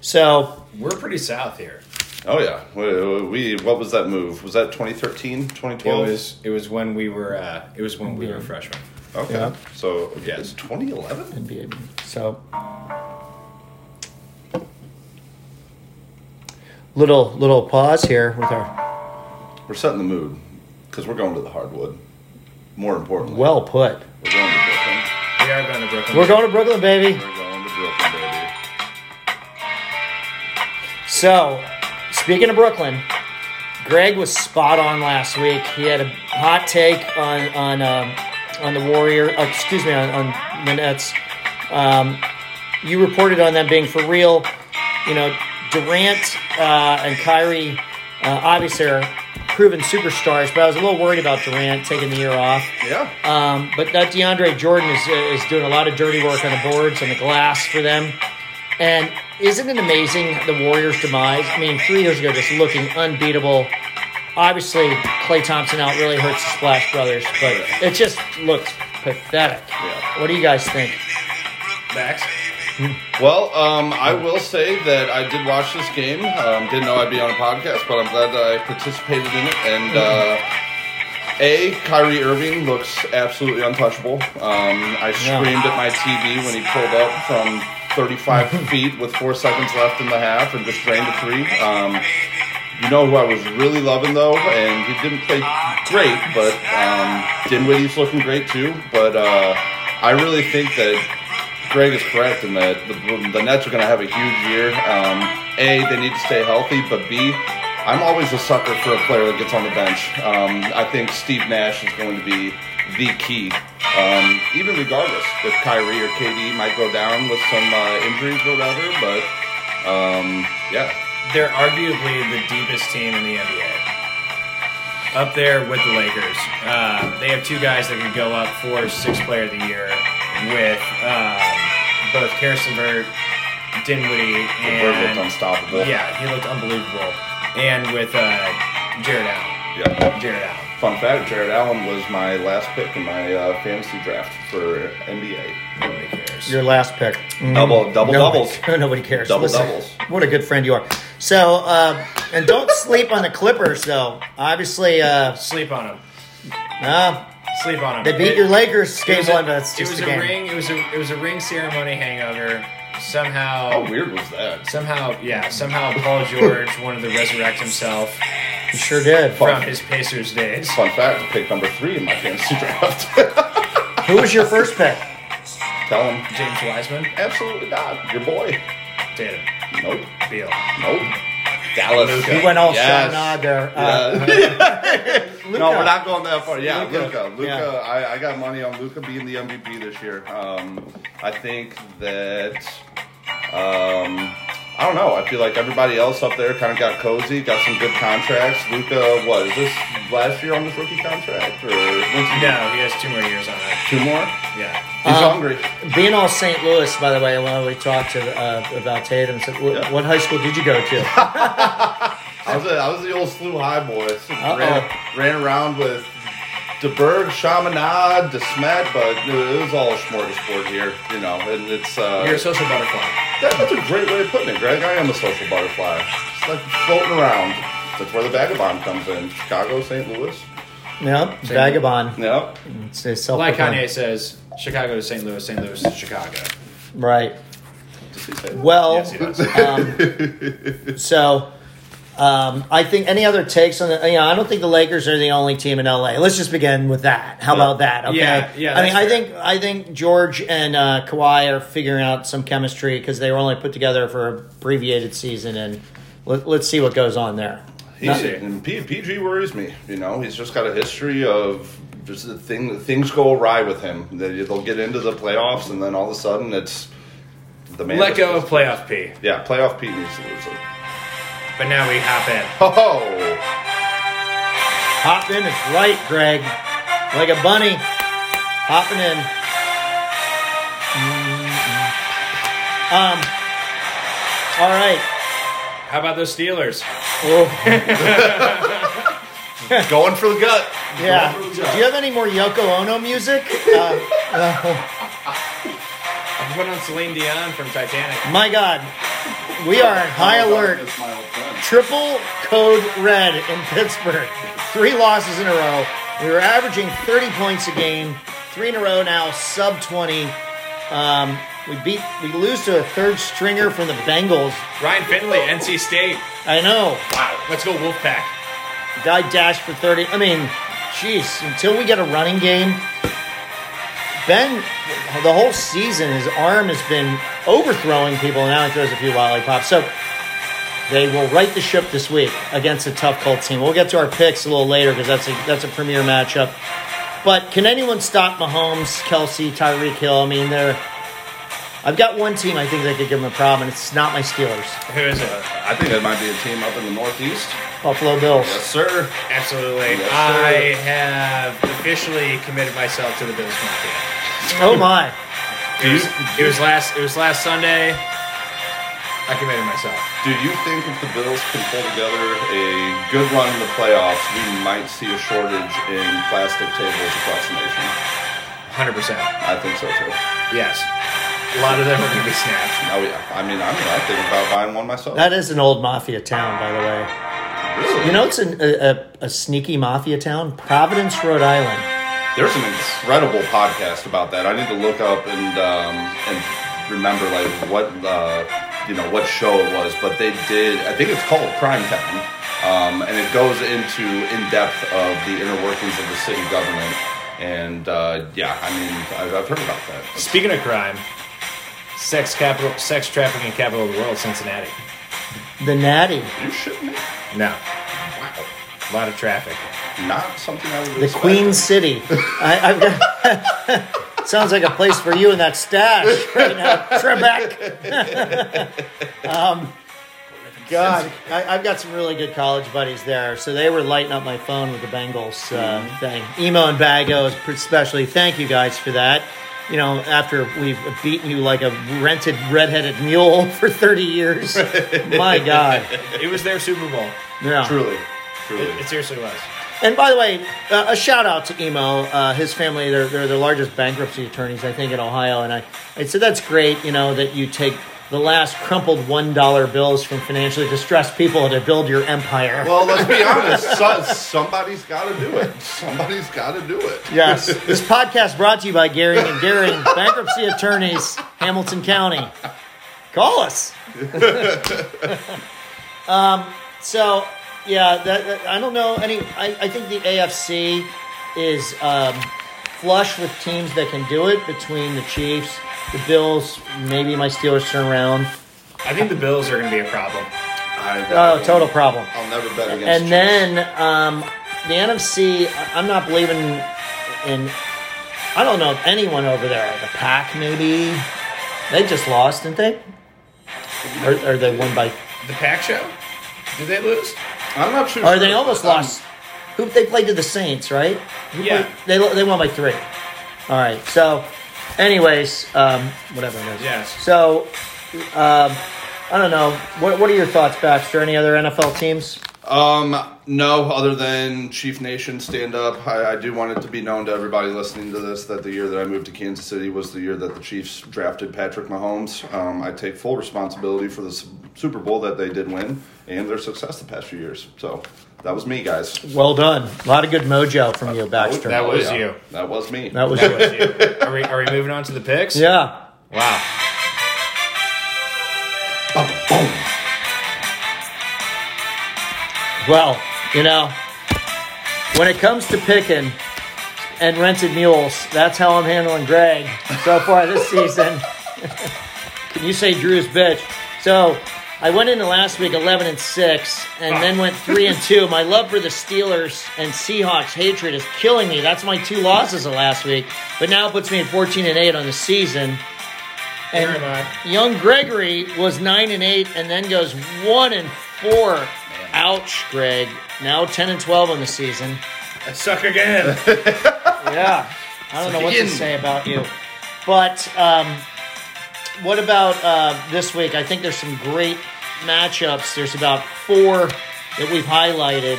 Speaker 2: So,
Speaker 4: We're pretty south here.
Speaker 3: Oh yeah, we, we what was that move? Was that 2013,
Speaker 4: It
Speaker 3: 2012?
Speaker 4: was it was when we were uh, it was when we were freshmen.
Speaker 3: okay.
Speaker 2: Yeah.
Speaker 3: So yeah,
Speaker 4: Yes.
Speaker 3: it's 2011.
Speaker 2: NBA. So, little little pause here with our
Speaker 3: We're setting the mood because we're going to the hardwood. More importantly,
Speaker 2: well put.
Speaker 3: we're going to Brooklyn.
Speaker 4: We are going to Brooklyn.
Speaker 2: We're going to Brooklyn, baby.
Speaker 3: We're going to Brooklyn, baby.
Speaker 2: So, speaking of Brooklyn, Greg was spot on last week. He had a hot take on on um, on the Warrior. Uh, excuse me, on, on the Nets. Um, you reported on them being for real. You know, Durant uh, and Kyrie uh, obviously are proven superstars, but I was a little worried about Durant taking the year off.
Speaker 3: Yeah.
Speaker 2: Um, but that DeAndre Jordan is, uh, is doing a lot of dirty work on the boards and the glass for them. And isn't it amazing the Warriors' demise? I mean, three years ago, just looking unbeatable. Obviously, Clay Thompson out really hurts the Splash Brothers, but it just looks pathetic.
Speaker 3: Yeah.
Speaker 2: What do you guys think?
Speaker 4: Max.
Speaker 3: Well, um, I will say that I did watch this game. Um, didn't know I'd be on a podcast, but I'm glad that I participated in it. And uh, a Kyrie Irving looks absolutely untouchable. Um, I screamed at my TV when he pulled up from 35 feet with four seconds left in the half and just drained a three. Um, you know who I was really loving though, and he didn't play great, but um, Dinwiddie's looking great too. But uh, I really think that Greg is correct in that the, the Nets are going to have a huge year. Um, a, they need to stay healthy, but B, I'm always a sucker for a player that gets on the bench. Um, I think Steve Nash is going to be the key. Um, even regardless if Kyrie or KD might go down with some uh, injuries or whatever, but um, yeah,
Speaker 4: they're arguably the deepest team in the NBA. Up there with the Lakers. Uh, they have two guys that could go up for sixth player of the year with um, both Harrison Vert, Dinwiddie,
Speaker 3: Bird
Speaker 4: and.
Speaker 3: looked unstoppable.
Speaker 4: Yeah, he looked unbelievable. And with uh, Jared Allen.
Speaker 3: Yep.
Speaker 4: Jared Allen.
Speaker 3: Fun fact: Jared Allen was my last pick in my uh, fantasy draft for NBA.
Speaker 4: Nobody cares.
Speaker 2: Your last pick.
Speaker 3: Double double doubles.
Speaker 2: Nobody, nobody cares.
Speaker 3: Double
Speaker 2: Listen,
Speaker 3: doubles.
Speaker 2: What a good friend you are. So, uh, and don't sleep on the Clippers, though. Obviously, uh,
Speaker 4: Sleep on him.
Speaker 2: uh,
Speaker 4: Sleep on him.
Speaker 2: they beat
Speaker 4: It-
Speaker 2: your Lakers game
Speaker 4: was a-
Speaker 2: one, but it's
Speaker 4: it was
Speaker 2: just a
Speaker 4: a
Speaker 2: game.
Speaker 4: ring. It was a it was a ring ceremony hangover. Somehow,
Speaker 3: How weird was that?
Speaker 4: somehow, yeah, somehow Paul George wanted to resurrect himself
Speaker 2: You sure did.
Speaker 4: from his Pacers days.
Speaker 3: Fun fact: pick number three in my fantasy draft.
Speaker 2: Who was your first pick?
Speaker 3: Tell him
Speaker 4: James Wiseman,
Speaker 3: absolutely not. Your boy.
Speaker 4: Tatum,
Speaker 3: Nope.
Speaker 4: Beal,
Speaker 3: Nope. Dallas.
Speaker 4: Luka.
Speaker 2: You went all
Speaker 3: Yes.
Speaker 2: Sean there. Uh,
Speaker 3: No, we're not going that far. Yeah,
Speaker 2: Luka.
Speaker 3: Luca. Luca.
Speaker 2: Yeah.
Speaker 3: I, I got money on Luca being the MVP this year. Um, I think that. Um, I don't know. I feel like everybody else up there kind of got cozy, got some good contracts. Luca, what is this last year on his rookie contract or when's he-
Speaker 4: No, he has two more years on it.
Speaker 3: two more?
Speaker 4: Yeah,
Speaker 3: He's
Speaker 2: Um,
Speaker 3: hungry.
Speaker 2: Being all St. Louis, by the way, when we talked to, uh, about Tatum, so what,
Speaker 3: Yeah.
Speaker 2: what high school did you go to?
Speaker 3: I was, a, I was the old slew high boy. So Ran,
Speaker 2: Uh-oh.
Speaker 3: ran around with DeBerg, Chaminade, DeSmet, but it was all a smorgasbord here, you know. And it's uh,
Speaker 4: Oh, you're a social butterfly.
Speaker 3: That- that's a great way of putting it, Greg. I am a social butterfly. It's like floating around. That's where the vagabond comes in. Chicago, St. Louis.
Speaker 2: no, Vagabond.
Speaker 3: Yep.
Speaker 2: It's a self
Speaker 4: Like Kanye says, Chicago to St. Louis, St. Louis to Chicago.
Speaker 2: Right.
Speaker 3: Does he say that?
Speaker 2: Well,
Speaker 4: Yes, he does.
Speaker 2: So, um, I think any other takes on the? You know, I don't think the Lakers are the only team in LA. Let's just begin with that. How about that? Okay.
Speaker 4: Yeah, yeah,
Speaker 2: I mean, I
Speaker 4: that's
Speaker 2: think I think George and uh, Kawhi are figuring out some chemistry because they were only put together for an abbreviated season, and let, let's see what goes on there.
Speaker 3: He's,
Speaker 4: Not-
Speaker 3: and P, PG worries me. You know, he's just got a history of just the thing. Things go awry with him. They, they'll get into the playoffs, and then all of a sudden, it's the man.
Speaker 4: Let
Speaker 3: just-
Speaker 4: go of playoff P,
Speaker 3: Yeah, playoff Pete needs to lose it.
Speaker 4: but now we hop in.
Speaker 3: Oh,
Speaker 2: Hop in is right, Greg, like a bunny, hopping in. Mm-mm. Um. All right.
Speaker 4: How about those Steelers?
Speaker 2: Oh.
Speaker 3: going for the gut.
Speaker 2: Yeah. Do you have any more Yoko Ono music? Uh,
Speaker 4: I'm going on Celine Dion from Titanic.
Speaker 2: my God, we are on high alert. Triple code red in Pittsburgh. Three losses in a row. We were averaging 30 points a game. Three in a row now, sub 20. Um, we beat. We lose to a third stringer from the Bengals.
Speaker 4: Ryan Finley, NC State.
Speaker 2: I know.
Speaker 4: Wow. Let's go Wolfpack.
Speaker 2: Guy dashed for 30. I mean, jeez, until we get a running game, Ben, the whole season, his arm has been overthrowing people, and now he throws a few lollipops. So they will right the ship this week against a tough Colts team. We'll get to our picks a little later because that's a, that's a premier matchup. But can anyone stop Mahomes, Kelsey, Tyreek Hill? I mean, they're. I've got one team I think that could give them a problem, and it's not my Steelers,
Speaker 4: Who is it?
Speaker 3: I think that might be a team up in the Northeast.
Speaker 2: Buffalo Bills.
Speaker 3: Yes, sir.
Speaker 4: Absolutely.
Speaker 3: Yes, sir.
Speaker 4: I have officially committed myself to the Bills Mafia.
Speaker 2: Oh my!
Speaker 4: It was, it was last it was last Sunday. I committed myself.
Speaker 3: Do you think if the Bills can pull together a good run in the playoffs, we might see a shortage in plastic tables across the nation?
Speaker 4: 100%.
Speaker 3: I think so too.
Speaker 4: Yes. A lot of them are going to be snapped.
Speaker 3: Oh yeah. I mean, I'm not thinking about buying one myself.
Speaker 2: That is an old mafia town, by the way.
Speaker 3: Really?
Speaker 2: You know, it's an, a, a, a sneaky mafia town, Providence, Rhode Island.
Speaker 3: there's an incredible podcast about that. I need to look up and um, and remember like what uh, you know what show it was, but they did. I think it's called Crime Town, um, and it goes into in depth of the inner workings of the city government. And uh, yeah, I mean, I've, I've heard about that.
Speaker 4: Speaking of crime, sex capital, sex trafficking capital of the world, Cincinnati.
Speaker 2: The Natty,
Speaker 3: You shouldn't.
Speaker 4: No.
Speaker 3: Wow.
Speaker 4: A lot of traffic.
Speaker 3: Not something I would.
Speaker 2: the
Speaker 3: expect.
Speaker 2: Queen City. I, I've got, sounds like a place for you and that stash right now, Trebek. um, God, I, I've got some really good college buddies there. So they were lighting up my phone with the Bengals uh, thing. Emo and Bago, especially. Thank you guys for that. You know, after we've beaten you like a rented redheaded mule for 30 years. my God.
Speaker 4: It was their Super Bowl.
Speaker 2: Yeah.
Speaker 3: Truly,
Speaker 4: It,
Speaker 3: truly.
Speaker 4: it seriously was.
Speaker 2: And by the way, uh, a shout out to Emo. Uh, his family, they're, they're the largest bankruptcy attorneys, I think, in Ohio. And I, I said, that's great, you know, that you take the last crumpled $1 bills from financially distressed people to build your empire.
Speaker 3: well, let's be honest. So, somebody's got to do it. Somebody's got to do it.
Speaker 2: yes. this podcast brought to you by Gary and Gehring, bankruptcy attorneys, Hamilton County. Call us. um, so, yeah, that, that- I don't know any. I, I think the AFC is um, flush with teams that can do it between the Chiefs, the Bills, maybe my Steelers turn around.
Speaker 4: I think the Bills are going to be a problem.
Speaker 3: I,
Speaker 2: Oh, total problem.
Speaker 3: I'll never bet against.
Speaker 2: And
Speaker 3: you.
Speaker 2: then um, the NFC, I- I'm not believing in. I don't know anyone over there. The Pack, maybe. They just lost, didn't they? Or, or they won by.
Speaker 4: The Pack Show? Did they lose?
Speaker 3: I'm not sure.
Speaker 2: Or they
Speaker 3: sure,
Speaker 2: almost
Speaker 3: but, um,
Speaker 2: lost. Who they played to the Saints, right? Who
Speaker 4: Yeah.
Speaker 2: played- they lo- they won by three. All right. So, anyways, um, whatever it is.
Speaker 4: Yes.
Speaker 2: So, um, I don't know. What what are your thoughts, Baxter? Any other NFL teams?
Speaker 3: Um, no, other than Chief Nation stand up. I, I do want it to be known to everybody listening to this that the year that I moved to Kansas City was the year that the Chiefs drafted Patrick Mahomes. Um, I take full responsibility for the S- Super Bowl that they did win and their success the past few years. So that was me, guys.
Speaker 2: Well done. A lot of good mojo from you, Baxter.
Speaker 4: That was
Speaker 3: Yeah,
Speaker 4: you.
Speaker 3: That was me.
Speaker 2: That was
Speaker 4: That was you. Are we, are we moving on to the picks?
Speaker 2: yeah.
Speaker 4: Wow.
Speaker 2: Well, you know, when it comes to picking and rented mules, that's how I'm handling Greg so far this season. Can you say Drew's bitch? So I went into last week 11 and 6 and then went 3 and 2. My love for the Steelers and Seahawks hatred is killing me. That's my two losses of last week. But now it puts me at 14 and 8 on the season.
Speaker 4: Fair enough.
Speaker 2: Young Gregory was nine and eight, and then goes one and four. Ouch, Greg. Now ten and twelve on the season.
Speaker 4: I suck again.
Speaker 2: Yeah, I don't know what to
Speaker 3: Again.
Speaker 2: say about you. But um, what about uh, this week? I think there's some great matchups. There's about four that we've highlighted,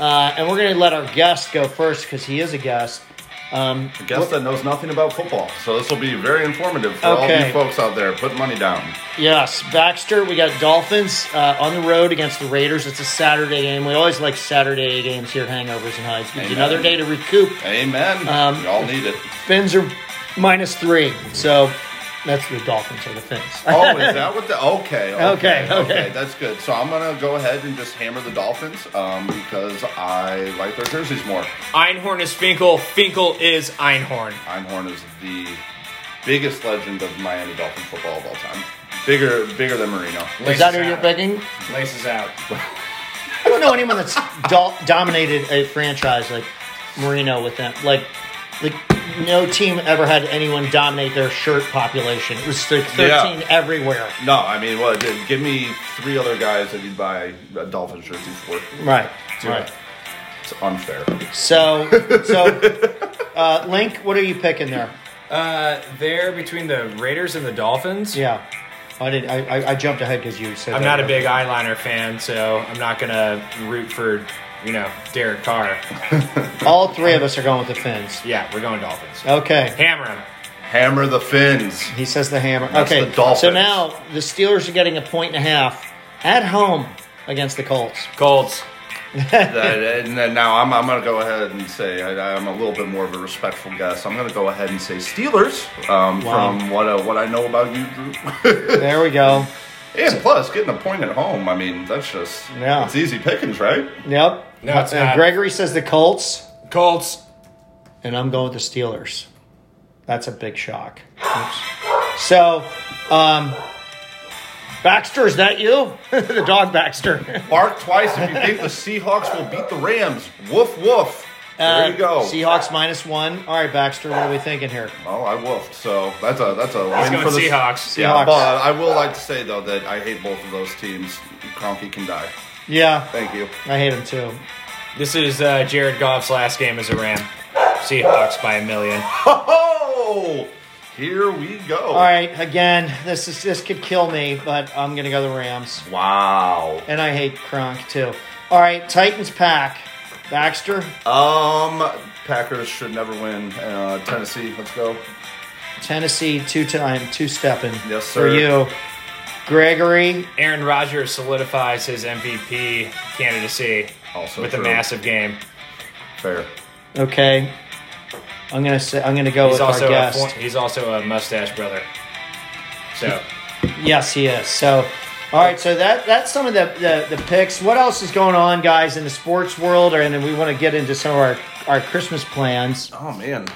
Speaker 2: uh, and we're going to let our guest go first because he is a guest. Um,
Speaker 3: A guest that knows nothing about football. So this will be very informative for all
Speaker 2: Okay.
Speaker 3: you folks out there. Put money down.
Speaker 2: Yes, Baxter. We got Dolphins uh, on the road against the Raiders. It's a Saturday game. We always like Saturday games here, at hangovers and hides. Gives you
Speaker 3: Amen.
Speaker 2: another day to recoup.
Speaker 3: Amen.
Speaker 2: Um,
Speaker 3: Y'all need it.
Speaker 2: Fins are minus three, so that's the Dolphins or the Fins.
Speaker 3: Oh, is that what the
Speaker 2: Okay,
Speaker 3: okay, okay,
Speaker 2: okay.
Speaker 3: okay, That's good. So I'm gonna go ahead and just hammer the Dolphins um, because I like their jerseys more.
Speaker 4: Einhorn is Finkel. Finkel is Einhorn.
Speaker 3: Einhorn is the biggest legend of Miami Dolphin football of all time. Bigger, bigger than Marino.
Speaker 2: Is that who you're picking?
Speaker 4: Laces out.
Speaker 2: I don't know anyone that's do- dominated a franchise like Marino with them. Like, like no team ever had anyone dominate their shirt population. It was like
Speaker 3: Yeah.
Speaker 2: thirteen everywhere.
Speaker 3: No, I mean, well, dude, give me three other guys that you'd buy a Dolphin jersey for.
Speaker 2: Right.
Speaker 3: Do it. It's unfair.
Speaker 2: So, so, uh, Link, what are you picking there?
Speaker 4: Uh, there between the Raiders and the Dolphins.
Speaker 2: Yeah, I did. I, I, I jumped ahead because you said
Speaker 4: I'm
Speaker 2: that.
Speaker 4: not a big eyeliner fan, so I'm not gonna root for you know Derek Carr.
Speaker 2: All three of us are going with the fins.
Speaker 4: Yeah, we're going Dolphins.
Speaker 2: Uh, Okay.
Speaker 4: Hammer him.
Speaker 3: Hammer the Fins.
Speaker 2: He says the hammer.
Speaker 3: That's
Speaker 2: okay.
Speaker 3: the Dolphins.
Speaker 2: So now the Steelers are getting a point and a half at home against the Colts.
Speaker 4: Colts.
Speaker 3: That- Uh, and then now I'm, I'm going to go ahead and say I, I'm a little bit more of a respectful guess. I'm going to go ahead and say Steelers um,
Speaker 2: Wow.
Speaker 3: from what uh, what I know about you, Drew.
Speaker 2: There we go.
Speaker 3: and plus, getting a point at home. I mean, that's just
Speaker 2: Yeah.
Speaker 3: it's easy pickings, right?
Speaker 2: Yep.
Speaker 4: No, it's
Speaker 2: Uh,
Speaker 4: not.
Speaker 2: Gregory says the Colts,
Speaker 4: Colts.
Speaker 2: and I'm going with the Steelers. That's a big shock. Oops. So, um, Baxter, is that you? the dog Baxter.
Speaker 3: Bark twice if you think the Seahawks will beat the Rams. Woof woof.
Speaker 2: Uh,
Speaker 3: There you go.
Speaker 2: Seahawks minus one. All right, Baxter, what are we thinking here?
Speaker 3: Well, Oh, I woofed, so that's a that's a
Speaker 5: Let's
Speaker 3: win
Speaker 5: go
Speaker 3: for the
Speaker 5: Seahawks.
Speaker 3: Yeah,
Speaker 2: Seahawks.
Speaker 3: but I will like to say though that I hate both of those teams. Cronky can die.
Speaker 2: Yeah,
Speaker 3: Thank you.
Speaker 2: I hate him too.
Speaker 5: This is uh, Jared Goff's last game as a Ram. Seahawks by a million.
Speaker 3: Oh, here we go.
Speaker 2: All right, again, this is this could kill me, but I'm gonna go the Rams,
Speaker 3: Wow.
Speaker 2: and I hate Kronk too. All right, Titans pack. Baxter,
Speaker 3: Um, Packers should never win. Uh, Tennessee, let's go.
Speaker 2: Tennessee, two time, two stepping.
Speaker 3: Yes,
Speaker 2: For
Speaker 3: sir.
Speaker 2: you, Gregory.
Speaker 5: Aaron Rodgers solidifies his MVP candidacy
Speaker 3: Also
Speaker 5: with a
Speaker 3: true.
Speaker 5: massive game.
Speaker 3: Fair.
Speaker 2: Okay, I'm gonna say I'm gonna go
Speaker 5: He's
Speaker 2: with
Speaker 5: also
Speaker 2: our
Speaker 5: a
Speaker 2: guest.
Speaker 5: for, he's also a mustache brother. So
Speaker 2: Yes, he is. So, all right. So that that's some of the, the the picks. What else is going on, guys, in the sports world? Or, and then we want to get into some of our our Christmas plans
Speaker 3: Oh man.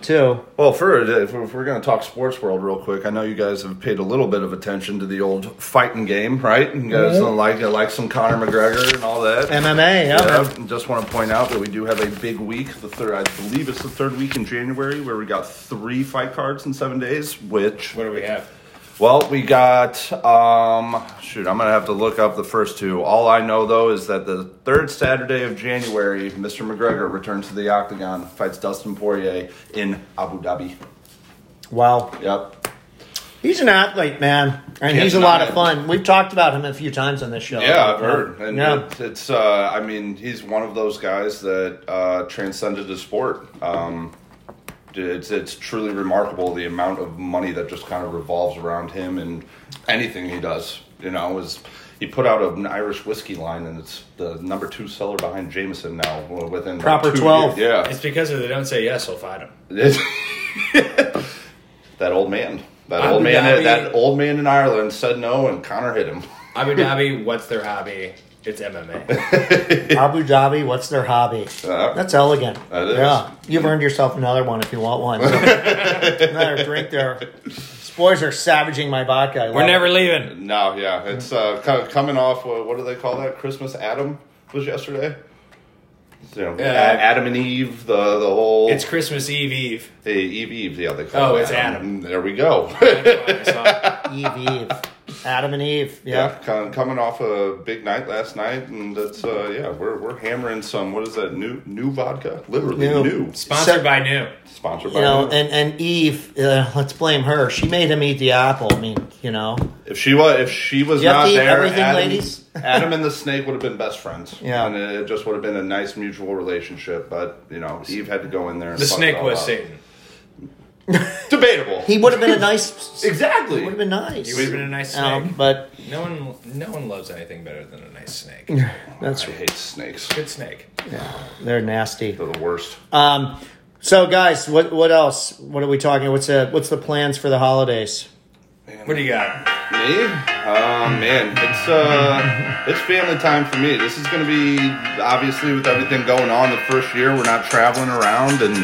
Speaker 2: too.
Speaker 3: Well, for if we're- if we're going to talk sports world real quick, I know you guys have paid a little bit of attention to the old fighting game, right? You guys like like some Conor McGregor Mm-hmm. and all that.
Speaker 2: MMA. Yeah.
Speaker 3: Yeah, just want to point out that we do have a big week. The third, I believe it's the third week in January, where we got three fight cards in seven days. Which,
Speaker 4: What do we have?
Speaker 3: well, we got. um Shoot, I'm gonna have to look up the first two. All I know though is that the third Saturday of January, Mr. McGregor returns to the octagon, fights Dustin Poirier in Abu Dhabi.
Speaker 2: Wow.
Speaker 3: Yep.
Speaker 2: He's an athlete, man, and
Speaker 3: Can't
Speaker 2: he's a lot
Speaker 3: deny
Speaker 2: of
Speaker 3: it.
Speaker 2: fun. We've talked about him a few times on this show.
Speaker 3: Yeah, I've heard. And
Speaker 2: Yeah.
Speaker 3: it- it's, uh, I mean, he's one of those guys that uh, transcended his sport. Um, it's, it's truly remarkable the amount of money that just kind of revolves around him and anything he does. You know, is he put out an Irish whiskey line and it's the number two seller behind Jameson now well, within like,
Speaker 2: Proper
Speaker 3: two
Speaker 2: 12.
Speaker 3: years. Yeah.
Speaker 4: It's because if they don't say yes, we'll fight them.
Speaker 3: It's- that old man. That old
Speaker 4: Abu
Speaker 3: man,
Speaker 4: Dhabi-
Speaker 3: that old man in Ireland said no, and Connor hit him.
Speaker 4: Abu Dhabi, what's their hobby? It's MMA.
Speaker 2: Abu Dhabi. What's their hobby?
Speaker 3: Uh,
Speaker 2: That's elegant.
Speaker 3: That is.
Speaker 2: Yeah, you've earned yourself another one if you want one. another drink there. Spoilers are savaging my vodka. I love
Speaker 5: we're
Speaker 2: it.
Speaker 5: never leaving.
Speaker 3: No, yeah, it's uh, co- coming off. What, what do they call that? Christmas Adam was yesterday. You know, A- Adam and Eve, the the whole
Speaker 4: it's Christmas Eve Eve.
Speaker 3: the Eve Eve. Yeah, they call.
Speaker 4: Oh,
Speaker 3: it
Speaker 4: it's
Speaker 3: Adam. Mm, There we go.
Speaker 4: That's what I saw.
Speaker 2: Eve, Eve, Adam and Eve.
Speaker 3: yeah,
Speaker 2: Yeah.
Speaker 3: com- coming off a big night last night, and that's uh, yeah, we're we're hammering some. What is that? New new vodka, literally
Speaker 2: New.
Speaker 3: new,
Speaker 4: Sponsored
Speaker 2: So-
Speaker 4: by New.
Speaker 3: sponsored
Speaker 2: You
Speaker 3: by.
Speaker 2: know,
Speaker 3: New.
Speaker 2: and and Eve, uh, let's blame her. She made him eat the apple. I mean, you know.
Speaker 3: if she was if she was
Speaker 2: You have
Speaker 3: not
Speaker 2: to eat
Speaker 3: there,
Speaker 2: everything,
Speaker 3: Adam,
Speaker 2: ladies.
Speaker 3: Adam and the snake would have been best friends.
Speaker 2: Yeah.
Speaker 3: and it just would have been a nice mutual relationship. But you know, Eve had to go in there. And
Speaker 4: The
Speaker 3: fuck it
Speaker 4: snake
Speaker 3: all
Speaker 4: was
Speaker 3: up.
Speaker 4: Satan.
Speaker 3: Debatable.
Speaker 2: He would have been a nice.
Speaker 3: exactly.
Speaker 2: Would have been nice.
Speaker 4: He would have been a nice snake.
Speaker 2: Um, but
Speaker 4: no one, no one loves anything better than a nice snake.
Speaker 2: that's
Speaker 3: I hate snakes. Uh,
Speaker 4: Good snake.
Speaker 2: they're nasty.
Speaker 3: They're the worst.
Speaker 2: Um, so guys, what what else? What are we talking? What's the what's the plans for the holidays?
Speaker 4: What do you got?
Speaker 3: Me? Oh man, it's uh, it's family time for me. This is gonna be obviously with everything going on the first year. We're not traveling around and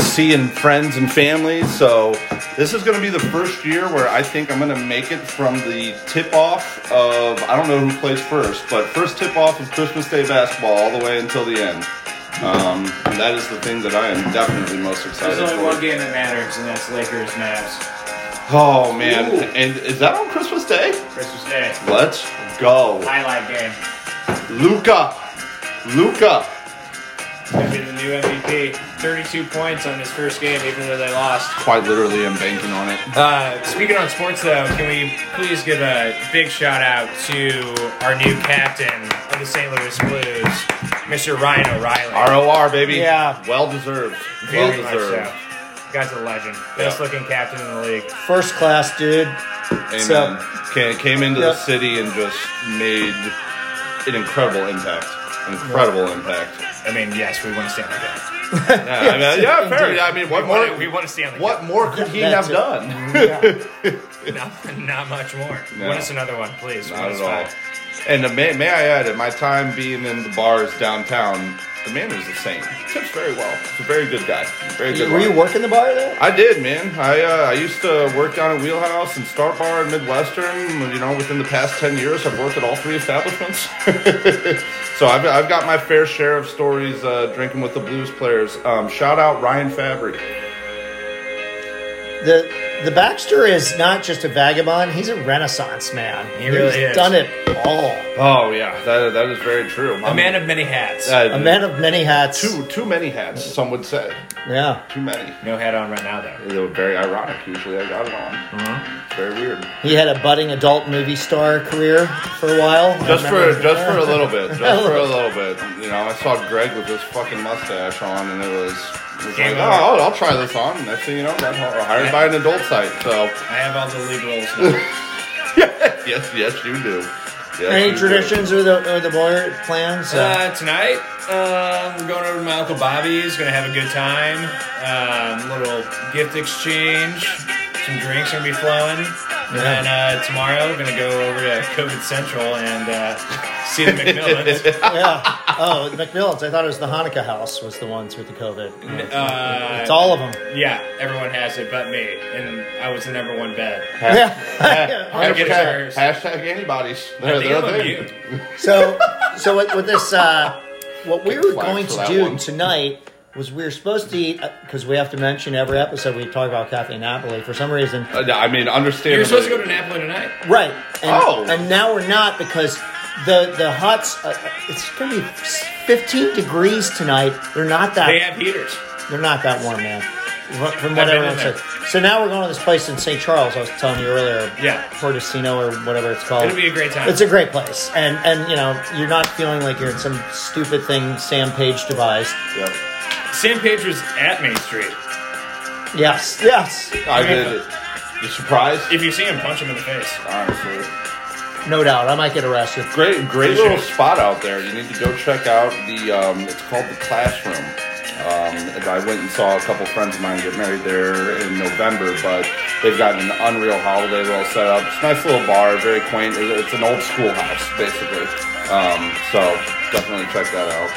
Speaker 3: seeing friends and family, so this is gonna be the first year where I think I'm gonna make it from the tip off of I don't know who plays first, but first tip off of Christmas Day basketball all the way until the end. Um, and that is the thing that I am definitely most excited
Speaker 5: There's only
Speaker 3: for.
Speaker 5: one game that matters, and that's Lakers Mavs
Speaker 3: Oh man, and is that on Christmas Day?
Speaker 5: Christmas Day
Speaker 3: Let's go.
Speaker 5: highlight game.
Speaker 3: Luca. Luca.
Speaker 5: Gonna be the new MVP. 32 points on his first game, even though they lost.
Speaker 3: Quite literally, I'm banking on it.
Speaker 5: Uh, speaking on sports, though, can we please give a big shout out to our new captain of the St. Louis Blues, Mr. Ryan O'Reilly.
Speaker 3: ROR, baby.
Speaker 2: Yeah.
Speaker 3: Well deserved. Well
Speaker 5: Very much
Speaker 3: deserved.
Speaker 5: so. Guy's a legend. Best looking captain in the league.
Speaker 2: First class, dude.
Speaker 3: Amen.
Speaker 2: So-
Speaker 3: Ca- came into
Speaker 2: Yeah.
Speaker 3: the city and just made an incredible impact. Incredible impact.
Speaker 5: I mean, yes, we won Stanley Cup.
Speaker 3: Yeah, I mean, yeah, fair. I mean, what
Speaker 5: We won,
Speaker 3: more?
Speaker 5: we won a Stanley Cup.
Speaker 3: What more could he
Speaker 2: That's
Speaker 3: have
Speaker 2: it.
Speaker 3: done?
Speaker 2: Yeah.
Speaker 4: not, not much more.
Speaker 3: No.
Speaker 4: What is another one, please?
Speaker 3: Not
Speaker 4: What is
Speaker 3: at all.
Speaker 4: five?
Speaker 3: And uh, may, may I add, at my time being in the bars downtown, the man was the same. Tips very well. He's a very good guy. Very good.
Speaker 2: Were you
Speaker 3: guy.
Speaker 2: working the bar there?
Speaker 3: I did, man. I uh, I used to work down at Wheelhouse and Star Bar and Midwestern. You know, within the past ten years, I've worked at all three establishments. so I've, I've got my fair share of stories uh, drinking with the blues players. Um, shout out Ryan Fabry.
Speaker 2: The the Baxter is not just a vagabond; he's a Renaissance man.
Speaker 4: He really
Speaker 2: He's
Speaker 4: is.
Speaker 2: Done it all.
Speaker 3: Oh yeah, that, that is very true. Um,
Speaker 4: A man of many hats.
Speaker 3: uh,
Speaker 2: A man of many hats.
Speaker 3: too too many hats. Some would say
Speaker 2: Yeah,
Speaker 3: too many.
Speaker 4: no hat on right now, though.
Speaker 3: They were very ironic. Usually, I got it on.
Speaker 4: Uh-huh.
Speaker 3: Very weird.
Speaker 2: he had a budding adult movie star career for a while. I
Speaker 3: Just for
Speaker 2: remember-
Speaker 3: just for a little bit. Just for a little bit. You know, I saw Greg with his fucking mustache on, and it was. It was like,
Speaker 4: Game
Speaker 3: oh,
Speaker 4: over.
Speaker 3: I'll, I'll try this on. Next thing you know, got hi- hired by an adult site. So
Speaker 4: I have all the liberals now.
Speaker 3: yes, yes, you do. Yes, you
Speaker 2: Any
Speaker 3: do.
Speaker 2: traditions or the or the boy plans? Uh,
Speaker 4: uh, tonight, um, we're going over to my Uncle Bobby's. Gonna have a good time. Um, little gift exchange. Some drinks gonna be flowing. And then uh, tomorrow, we're gonna go over to COVID Central and uh, see the McMillans.
Speaker 3: Uh,
Speaker 2: yeah. Oh, the McMillans. I thought it was the Hanukkah house was the ones with the COVID.
Speaker 4: Uh,
Speaker 2: It's all of them.
Speaker 4: Yeah, everyone has it but me, and I was the number one bet.
Speaker 2: Yeah.
Speaker 4: I'll get
Speaker 3: Hashtag,
Speaker 4: hers.
Speaker 3: hashtag antibodies. They're,
Speaker 4: I think
Speaker 3: they're
Speaker 4: I'm
Speaker 3: a thing.
Speaker 4: immune.
Speaker 2: So, so what, what this, uh, what we
Speaker 3: Kick
Speaker 2: were
Speaker 3: flag
Speaker 2: going
Speaker 3: for
Speaker 2: to
Speaker 3: that
Speaker 2: do
Speaker 3: one.
Speaker 2: tonight was we were supposed to eat because we have to mention every episode we talk about Cafe Napoli for some reason.
Speaker 3: Uh, yeah, I mean, understand.
Speaker 4: You're supposed to go to Napoli tonight.
Speaker 2: Right. And,
Speaker 3: Oh.
Speaker 2: And now we're not because the the huts. Uh, it's going to be 15 degrees tonight. They're not that.
Speaker 4: They have heaters.
Speaker 2: They're not that warm, man. From- From what
Speaker 4: I've been
Speaker 2: everyone
Speaker 4: in there.
Speaker 2: said. So now we're going to this place in St. Charles. I was telling you earlier.
Speaker 4: Yeah.
Speaker 2: Portofino or whatever it's called.
Speaker 4: It'll be a great time.
Speaker 2: It's a great place, and and you know you're not feeling like you're in some stupid thing Sam Page devised.
Speaker 3: Yeah.
Speaker 4: Sam Page was at Main Street.
Speaker 2: Yes, yes,
Speaker 3: I did. You surprised?
Speaker 4: If you see him, punch him in the face.
Speaker 3: Honestly.
Speaker 2: no doubt. I might get arrested.
Speaker 3: Great, great
Speaker 4: Pretty
Speaker 3: little
Speaker 4: sure.
Speaker 3: spot out there. You need to go check out the. Um, it's called the Classroom. Um, and I went and saw a couple friends of mine get married there in November, but they've got an unreal holiday well set up. It's a nice little bar, very quaint. It- It's an old schoolhouse, basically. Um, so definitely check that out.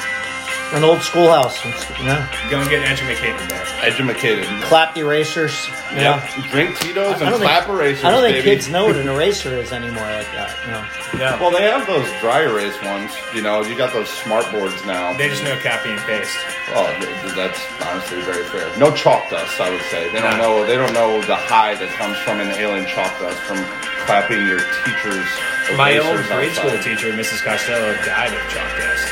Speaker 2: An old schoolhouse. It's- Yeah.
Speaker 4: Go and get educated there.
Speaker 3: Educated.
Speaker 2: Clap the erasers. Yeah.
Speaker 3: Yep. Drink Tito's
Speaker 2: I
Speaker 3: and
Speaker 2: don't think,
Speaker 3: clap erasers.
Speaker 2: I don't think
Speaker 3: baby.
Speaker 2: kids know what an eraser is anymore like that. No.
Speaker 4: No,
Speaker 3: Well, they have those dry erase ones. You know, you got those smart boards now.
Speaker 4: they just know copy and paste.
Speaker 3: Oh, th- th- that's honestly very fair. No chalk dust, I would say. They don't
Speaker 4: No.
Speaker 3: know. They don't know the high that comes from inhaling chalk dust from clapping your teachers.
Speaker 4: My old
Speaker 3: erasers
Speaker 4: grade school
Speaker 3: outside.
Speaker 4: teacher, Mrs. Costello, died of chalk dust.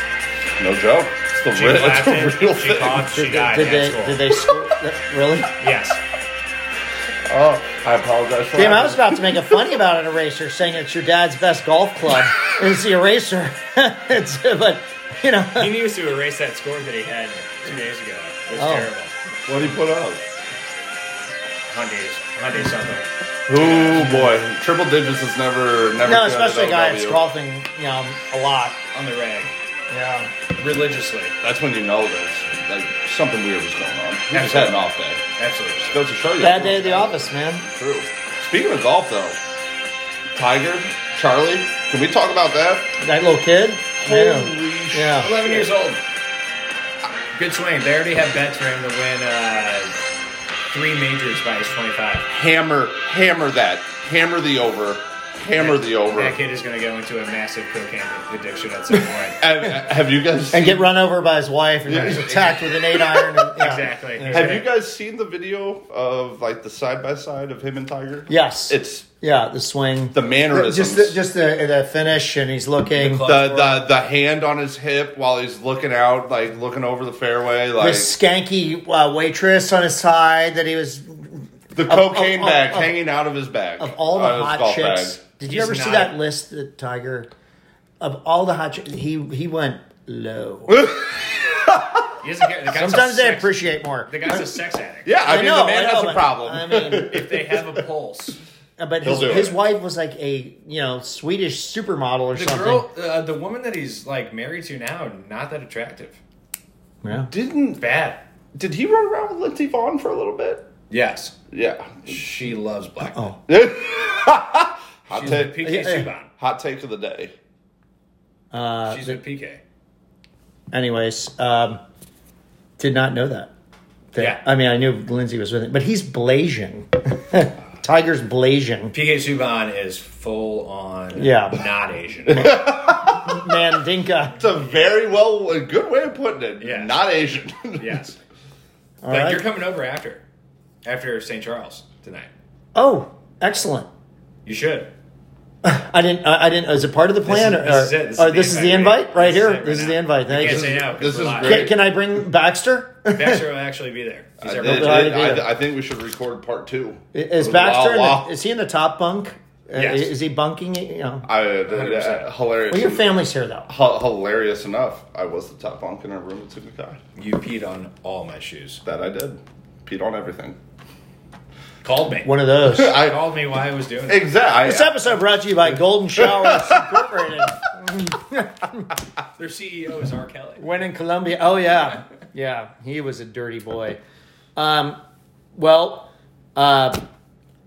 Speaker 3: No joke. It's the
Speaker 4: She
Speaker 3: real, it's
Speaker 4: laughed it.
Speaker 3: a real
Speaker 4: She
Speaker 3: thing.
Speaker 4: coughed. She died
Speaker 2: Did
Speaker 4: at
Speaker 2: they?
Speaker 4: school.
Speaker 2: Did they? squ- really?
Speaker 4: Yes.
Speaker 3: Oh, I apologize. For
Speaker 2: Damn, I
Speaker 3: that.
Speaker 2: was about to make a funny about an eraser, saying it's your dad's best golf club is the eraser. it's, but you know,
Speaker 4: He needs to erase that score that he had two days ago. It was
Speaker 2: Oh.
Speaker 4: terrible.
Speaker 3: What do you put up?
Speaker 4: Hyundai's. Hyundai something.
Speaker 3: Oh boy, triple digits is never, never.
Speaker 2: no,
Speaker 3: good at
Speaker 2: especially a guy that's
Speaker 3: OW.
Speaker 2: golfing, you know, a lot.
Speaker 4: On the rag.
Speaker 2: Yeah.
Speaker 4: Religiously.
Speaker 3: That's when you know there's like something weird was going on. He just had an off day.
Speaker 4: Absolutely.
Speaker 3: Goes to show you.
Speaker 2: Bad day at the office, man.
Speaker 3: True. Speaking of golf, though, Tiger, Charlie, can we talk about that?
Speaker 2: That little kid. Yeah.
Speaker 3: Holy sh-
Speaker 2: Yeah.
Speaker 4: 11 years old. Good swing. They already have bets for him to win uh, three majors by his 25.
Speaker 3: Hammer, hammer that. Hammer the over. Hammer the over.
Speaker 4: That kid is going to go into a massive cocaine addiction at some point.
Speaker 3: Have, Uh, have you guys seen,
Speaker 2: And get run over by his wife and
Speaker 3: Yeah.
Speaker 2: he's attacked with an eight iron. And, yeah.
Speaker 4: Exactly.
Speaker 2: Yeah.
Speaker 3: Have you guys seen the video of like the side by side of him and Tiger?
Speaker 2: Yes.
Speaker 3: It's
Speaker 2: yeah, the swing.
Speaker 3: the mannerisms.
Speaker 2: just the, just the, the finish, and he's looking.
Speaker 4: club.
Speaker 3: the, the the hand on his hip while he's looking out, like looking over the fairway, like
Speaker 2: This skanky uh, waitress on his side that he was
Speaker 3: the cocaine
Speaker 2: of- of-
Speaker 3: bag
Speaker 2: of-
Speaker 3: hanging out of his bag.
Speaker 2: of all the
Speaker 3: out of his
Speaker 2: hot
Speaker 3: Oh, golf
Speaker 2: chicks.
Speaker 3: bag.
Speaker 2: Did you
Speaker 4: He's
Speaker 2: ever see
Speaker 4: not-
Speaker 2: that list that Tiger? Of all the hot chicks, he he went low.
Speaker 4: He doesn't care. The guy's a
Speaker 2: Sometimes they
Speaker 4: sex-
Speaker 2: appreciate more.
Speaker 4: The guy's a sex addict.
Speaker 3: Yeah, I, mean the man has
Speaker 2: but,
Speaker 3: a problem.
Speaker 2: I mean,
Speaker 4: If they have a pulse.
Speaker 2: Uh, But
Speaker 3: He'll
Speaker 2: his,
Speaker 3: do
Speaker 2: his
Speaker 3: it.
Speaker 2: wife was like a you know Swedish supermodel or
Speaker 4: The
Speaker 2: something.
Speaker 4: girl, uh, the woman that he's like married to now, not that attractive.
Speaker 2: yeah.
Speaker 3: Didn't
Speaker 4: Bad.
Speaker 3: Did he run around with Lindsey Vaughn for a little bit?
Speaker 4: Yes.
Speaker 3: Yeah.
Speaker 4: She loves black. Oh.
Speaker 3: Hot
Speaker 4: She's a
Speaker 3: take.
Speaker 4: PK
Speaker 2: Yeah, yeah.
Speaker 4: Subban.
Speaker 3: Hot take of the day.
Speaker 2: Uh,
Speaker 4: She's a PK.
Speaker 2: anyways, um, did not know that. That-
Speaker 4: Yeah.
Speaker 2: I mean, I knew Lindsay was with it, but he's blazing. Tiger's blazing.
Speaker 4: PK Subban is full on
Speaker 2: Yeah.
Speaker 4: not Asian.
Speaker 2: Mandinka.
Speaker 3: It's a very well, a good way of putting it.
Speaker 4: Yes.
Speaker 3: Not Asian.
Speaker 4: yes.
Speaker 2: All
Speaker 4: But
Speaker 2: right.
Speaker 4: you're coming over after. After St. Charles tonight.
Speaker 2: Oh, excellent.
Speaker 4: You should.
Speaker 2: I didn't. I I didn't. Is it part of the plan?
Speaker 4: is-
Speaker 2: or,
Speaker 4: this is it.
Speaker 2: or this is the invite right
Speaker 4: This
Speaker 2: here.
Speaker 4: is it right
Speaker 2: this is the
Speaker 4: now.
Speaker 2: invite. Thank
Speaker 4: Can't
Speaker 2: you.
Speaker 4: say no. 'cause
Speaker 3: This
Speaker 4: we're
Speaker 3: is
Speaker 4: live.
Speaker 3: great.
Speaker 2: Can, can I bring Baxter?
Speaker 4: Baxter will actually be there. He's
Speaker 3: I,
Speaker 4: our
Speaker 3: did-
Speaker 4: brother.
Speaker 2: I-
Speaker 3: I- I think we should record part two.
Speaker 2: Is
Speaker 3: Wow,
Speaker 2: Baxter? in the-
Speaker 3: wow.
Speaker 2: is he in the top bunk? Uh,
Speaker 4: Yes.
Speaker 2: Is he bunking? You know.
Speaker 3: I, uh,
Speaker 4: 100%.
Speaker 3: hilarious.
Speaker 2: Well, your family's here though.
Speaker 3: H- hilarious enough, I was the top bunk in our room at Sukukai.
Speaker 4: You peed on all my shoes.
Speaker 3: That I did. Peed on everything.
Speaker 4: Called me.
Speaker 2: One of those.
Speaker 3: I
Speaker 4: Called me while I was doing it.
Speaker 2: This
Speaker 3: exactly.
Speaker 2: episode brought to you by Golden Showers Incorporated.
Speaker 4: Their CEO is R. Kelly.
Speaker 2: When in Colombia. Oh yeah, yeah. He was a dirty boy. Um, well, uh,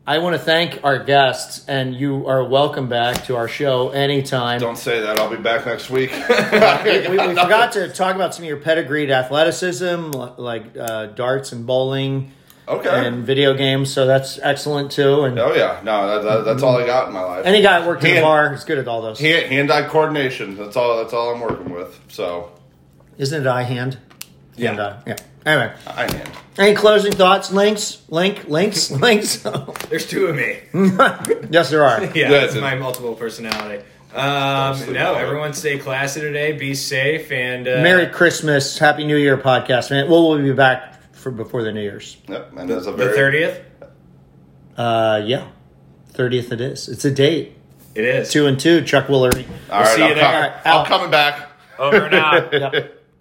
Speaker 2: I want to thank our guests, and you are welcome back to our show anytime.
Speaker 3: Don't say that. I'll be back next week.
Speaker 2: we, we forgot to talk about some of your pedigreed athleticism, li- like uh, darts and bowling
Speaker 3: okay.
Speaker 2: and video games. So that's excellent too. And
Speaker 3: oh yeah. No, that, that, that's all I got in my life.
Speaker 2: any guy that worked in a
Speaker 3: Hand-
Speaker 2: bar is good at all those.
Speaker 3: Hand, hand-eye coordination. That's all. That's all I'm working with. So
Speaker 2: Isn't it eye hand?
Speaker 4: Yeah.
Speaker 2: Hand
Speaker 3: uh,
Speaker 2: eye. Yeah. Anyway,
Speaker 3: I hand.
Speaker 2: any closing thoughts? Links? Link? Links? Links?
Speaker 4: There's two of me.
Speaker 2: Hmm. yes, there are.
Speaker 4: Yeah,
Speaker 3: Yeah,
Speaker 4: that's
Speaker 3: it's a-
Speaker 4: my multiple personality. Um, no, everyone stay classy today. Be safe and uh,
Speaker 2: Merry Christmas, Happy New Year podcast, man. Well, we'll be back for before the New Year's.
Speaker 3: Yep. And there's a
Speaker 4: the
Speaker 3: very
Speaker 4: thirtieth.
Speaker 2: Uh, yeah, thirtieth it is. It's a date.
Speaker 4: It is
Speaker 2: Two and two. Chuck Willery.
Speaker 3: All right,
Speaker 4: see you
Speaker 3: I'm
Speaker 4: there.
Speaker 3: com-
Speaker 2: All right,
Speaker 3: I'm
Speaker 2: out.
Speaker 3: coming back.
Speaker 4: over and out.
Speaker 2: Yep.